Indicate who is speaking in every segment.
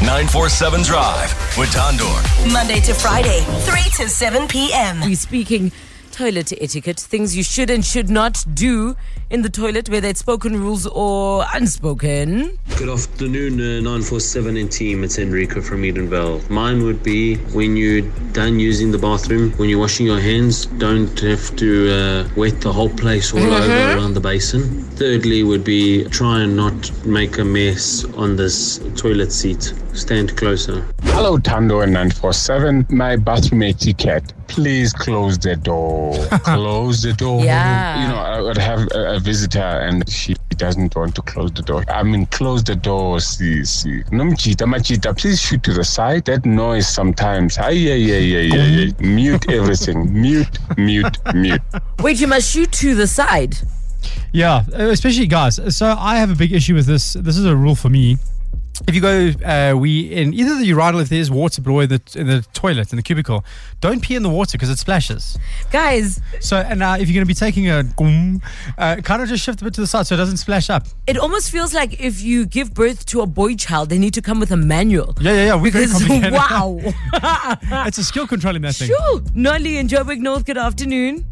Speaker 1: 947 Drive with Tondor.
Speaker 2: Monday to Friday, 3 to 7 p.m.
Speaker 3: We're speaking toilet etiquette, things you should and should not do in the toilet, whether it's spoken rules or unspoken.
Speaker 4: Good afternoon, uh, 947 and team. It's Enrico from Edenvale. Mine would be when you're done using the bathroom, when you're washing your hands, don't have to uh, wet the whole place all over around the basin. Thirdly, would be try and not make a mess on this toilet seat. Stand closer.
Speaker 5: Hello, Tando and 947. My bathroom etiquette. Please close the door. close the door.
Speaker 3: Yeah.
Speaker 5: You know, I would have a, a visitor and she doesn't want to close the door. I mean, close the door, see, see. Nomchita, machita, please shoot to the side. That noise sometimes. Ay, yeah, yeah, yeah, yeah, yeah. Mute everything. mute, mute, mute.
Speaker 3: Wait, you must shoot to the side.
Speaker 6: Yeah, uh, especially guys. So I have a big issue with this. This is a rule for me. If you go uh, we in either the urinal, if there's water below in the, in the toilet in the cubicle, don't pee in the water because it splashes.
Speaker 3: Guys,
Speaker 6: So and uh, if you're going to be taking a gum, uh, kind of just shift a bit to the side so it doesn't splash up.
Speaker 3: it almost feels like if you give birth to a boy child, they need to come with a manual.
Speaker 6: Yeah, yeah, yeah. We're very
Speaker 3: Because,
Speaker 6: complicated.
Speaker 3: wow.
Speaker 6: it's a skill controlling that thing.
Speaker 3: Sure. Nolly and Joburg North, good afternoon.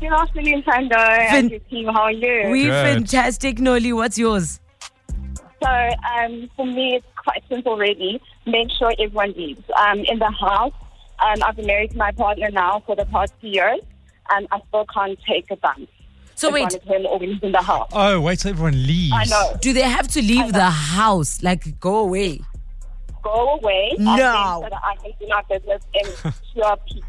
Speaker 7: Good afternoon, Sando and your team. How are you?
Speaker 3: We
Speaker 6: Good.
Speaker 3: fantastic, Nolly. What's yours?
Speaker 7: so, um, for me, it's quite simple, really. Make sure everyone leaves. Um, in the house, um, I've been married to my partner now for the past two years, and I still can't take a bump.
Speaker 3: So
Speaker 7: in
Speaker 3: wait.
Speaker 7: front of him or when he's in the house.
Speaker 6: Oh, wait till everyone leaves.
Speaker 7: I know.
Speaker 3: Do they have to leave the house? Like, go away.
Speaker 7: Go away. and
Speaker 3: No.
Speaker 7: then So that I can do my business in pure peace.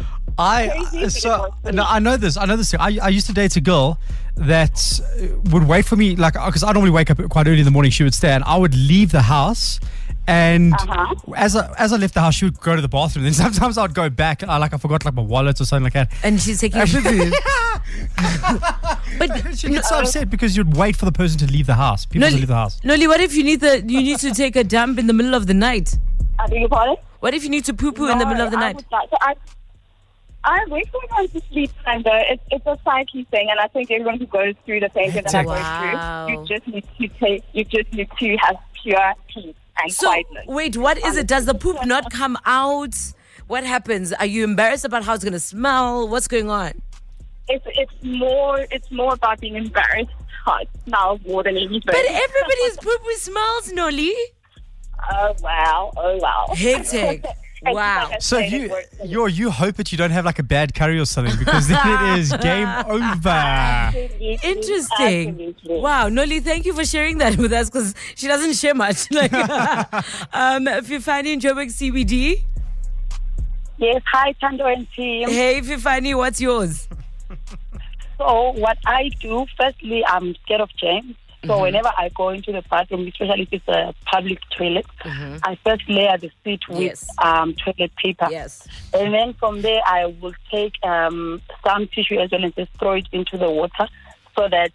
Speaker 6: I
Speaker 7: Crazy,
Speaker 6: so
Speaker 7: but it works for
Speaker 6: no,
Speaker 7: me.
Speaker 6: I know this. I know this. Thing. I I used to date a girl that uh, would wait for me, like because I normally wake up quite early in the morning. She would stay, and I would leave the house. And
Speaker 7: Uh-huh.
Speaker 6: as I, as I left the house, she would go to the bathroom. Then sometimes I'd go back, uh, like I forgot like my wallet or something like that.
Speaker 3: And she's taking a poo But
Speaker 6: She gets so upset because you'd wait for the person to leave the house. People to leave the house.
Speaker 3: Nolly, what if you need the you need to take a dump in the middle of the night?
Speaker 7: I beg your pardon?
Speaker 3: What if you need to poo poo in the middle of the
Speaker 7: No, I
Speaker 3: night?
Speaker 7: would not. So I, I wait for everyone to sleep, and uh, it's, it's a psyche thing, and I think everyone who goes through the thing that I
Speaker 3: Wow.
Speaker 7: go through, you just need to take, you just need to have pure peace and
Speaker 3: So
Speaker 7: quietness.
Speaker 3: wait, what is it? Does the poop not come out? What happens? Are you embarrassed about how it's gonna smell? What's going on?
Speaker 7: It's it's more it's more about being embarrassed. How it smells more than anything.
Speaker 3: But everybody's poo poo smells, Nolly.
Speaker 7: oh wow! Oh wow!
Speaker 3: Hectic.
Speaker 7: And
Speaker 3: Wow.
Speaker 7: like I
Speaker 6: So
Speaker 7: said, it
Speaker 6: you
Speaker 7: works.
Speaker 6: you you hope that you don't have like a bad curry or something because then it is game over.
Speaker 7: Absolutely,
Speaker 3: Interesting.
Speaker 7: absolutely.
Speaker 3: Wow, Nolly, thank you for sharing that with us because she doesn't share much. Like, um, Fifani and Joburg CBD.
Speaker 7: Yes. Hi, Tando and team.
Speaker 3: Hey, Fifani, what's yours?
Speaker 7: So what I do, firstly, I'm scared of germs. So
Speaker 3: Mm-hmm.
Speaker 7: whenever I go into the bathroom, especially if it's a public toilet, I first layer the seat with
Speaker 3: Mm-hmm. Yes.
Speaker 7: um, toilet paper.
Speaker 3: Yes.
Speaker 7: And then from there, I will take um, some tissue as well and just throw it into the water so that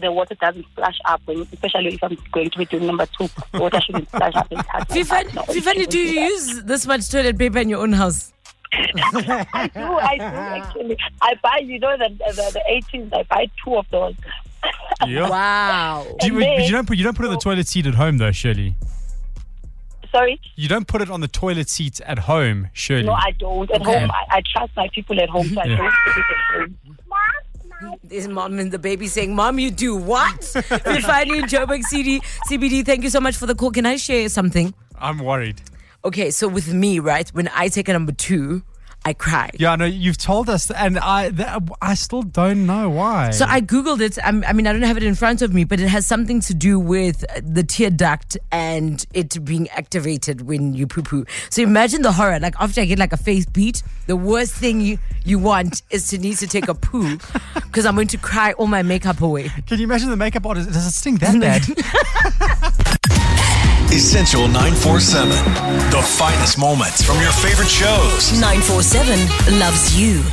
Speaker 7: the water doesn't splash up, when, especially if I'm going to be doing number two. Water shouldn't splash up and touch my
Speaker 3: Fifani,
Speaker 7: partner.
Speaker 3: Fifani, do you use this much toilet paper in your own house?
Speaker 7: I do, I do actually. I buy, you know, the, the, the 18s, I buy two of those.
Speaker 3: Wow.
Speaker 6: Do you, but you don't put you don't put it on the toilet seat at home though, surely.
Speaker 7: Sorry?
Speaker 6: You don't put it on the toilet seat at home, surely.
Speaker 7: No, I don't. At
Speaker 3: Okay.
Speaker 7: home, I, I trust my people at home, so I
Speaker 6: Yeah.
Speaker 7: don't put it at home.
Speaker 3: Is mom and the baby saying, Mom, you do what? Fifani and Joburg CD, CBD, thank you so much for the call. Can I share something?
Speaker 6: am worried.
Speaker 3: Okay, so with me, right, when I take a number two, I cry.
Speaker 6: Yeah, I know you've told us, and I that, I still don't know why.
Speaker 3: So I googled it. i I mean, I don't have it in front of me, but it has something to do with uh, the tear duct and it being activated when you poo poo. So imagine the horror. Like after I get like a face beat, the worst thing you, you want is to need to take a poo because I'm going to cry all my makeup away.
Speaker 6: Can you imagine the makeup artist? Does it sting that bad?
Speaker 1: Essential 947. The finest moments from your favorite shows.
Speaker 2: 947 loves you.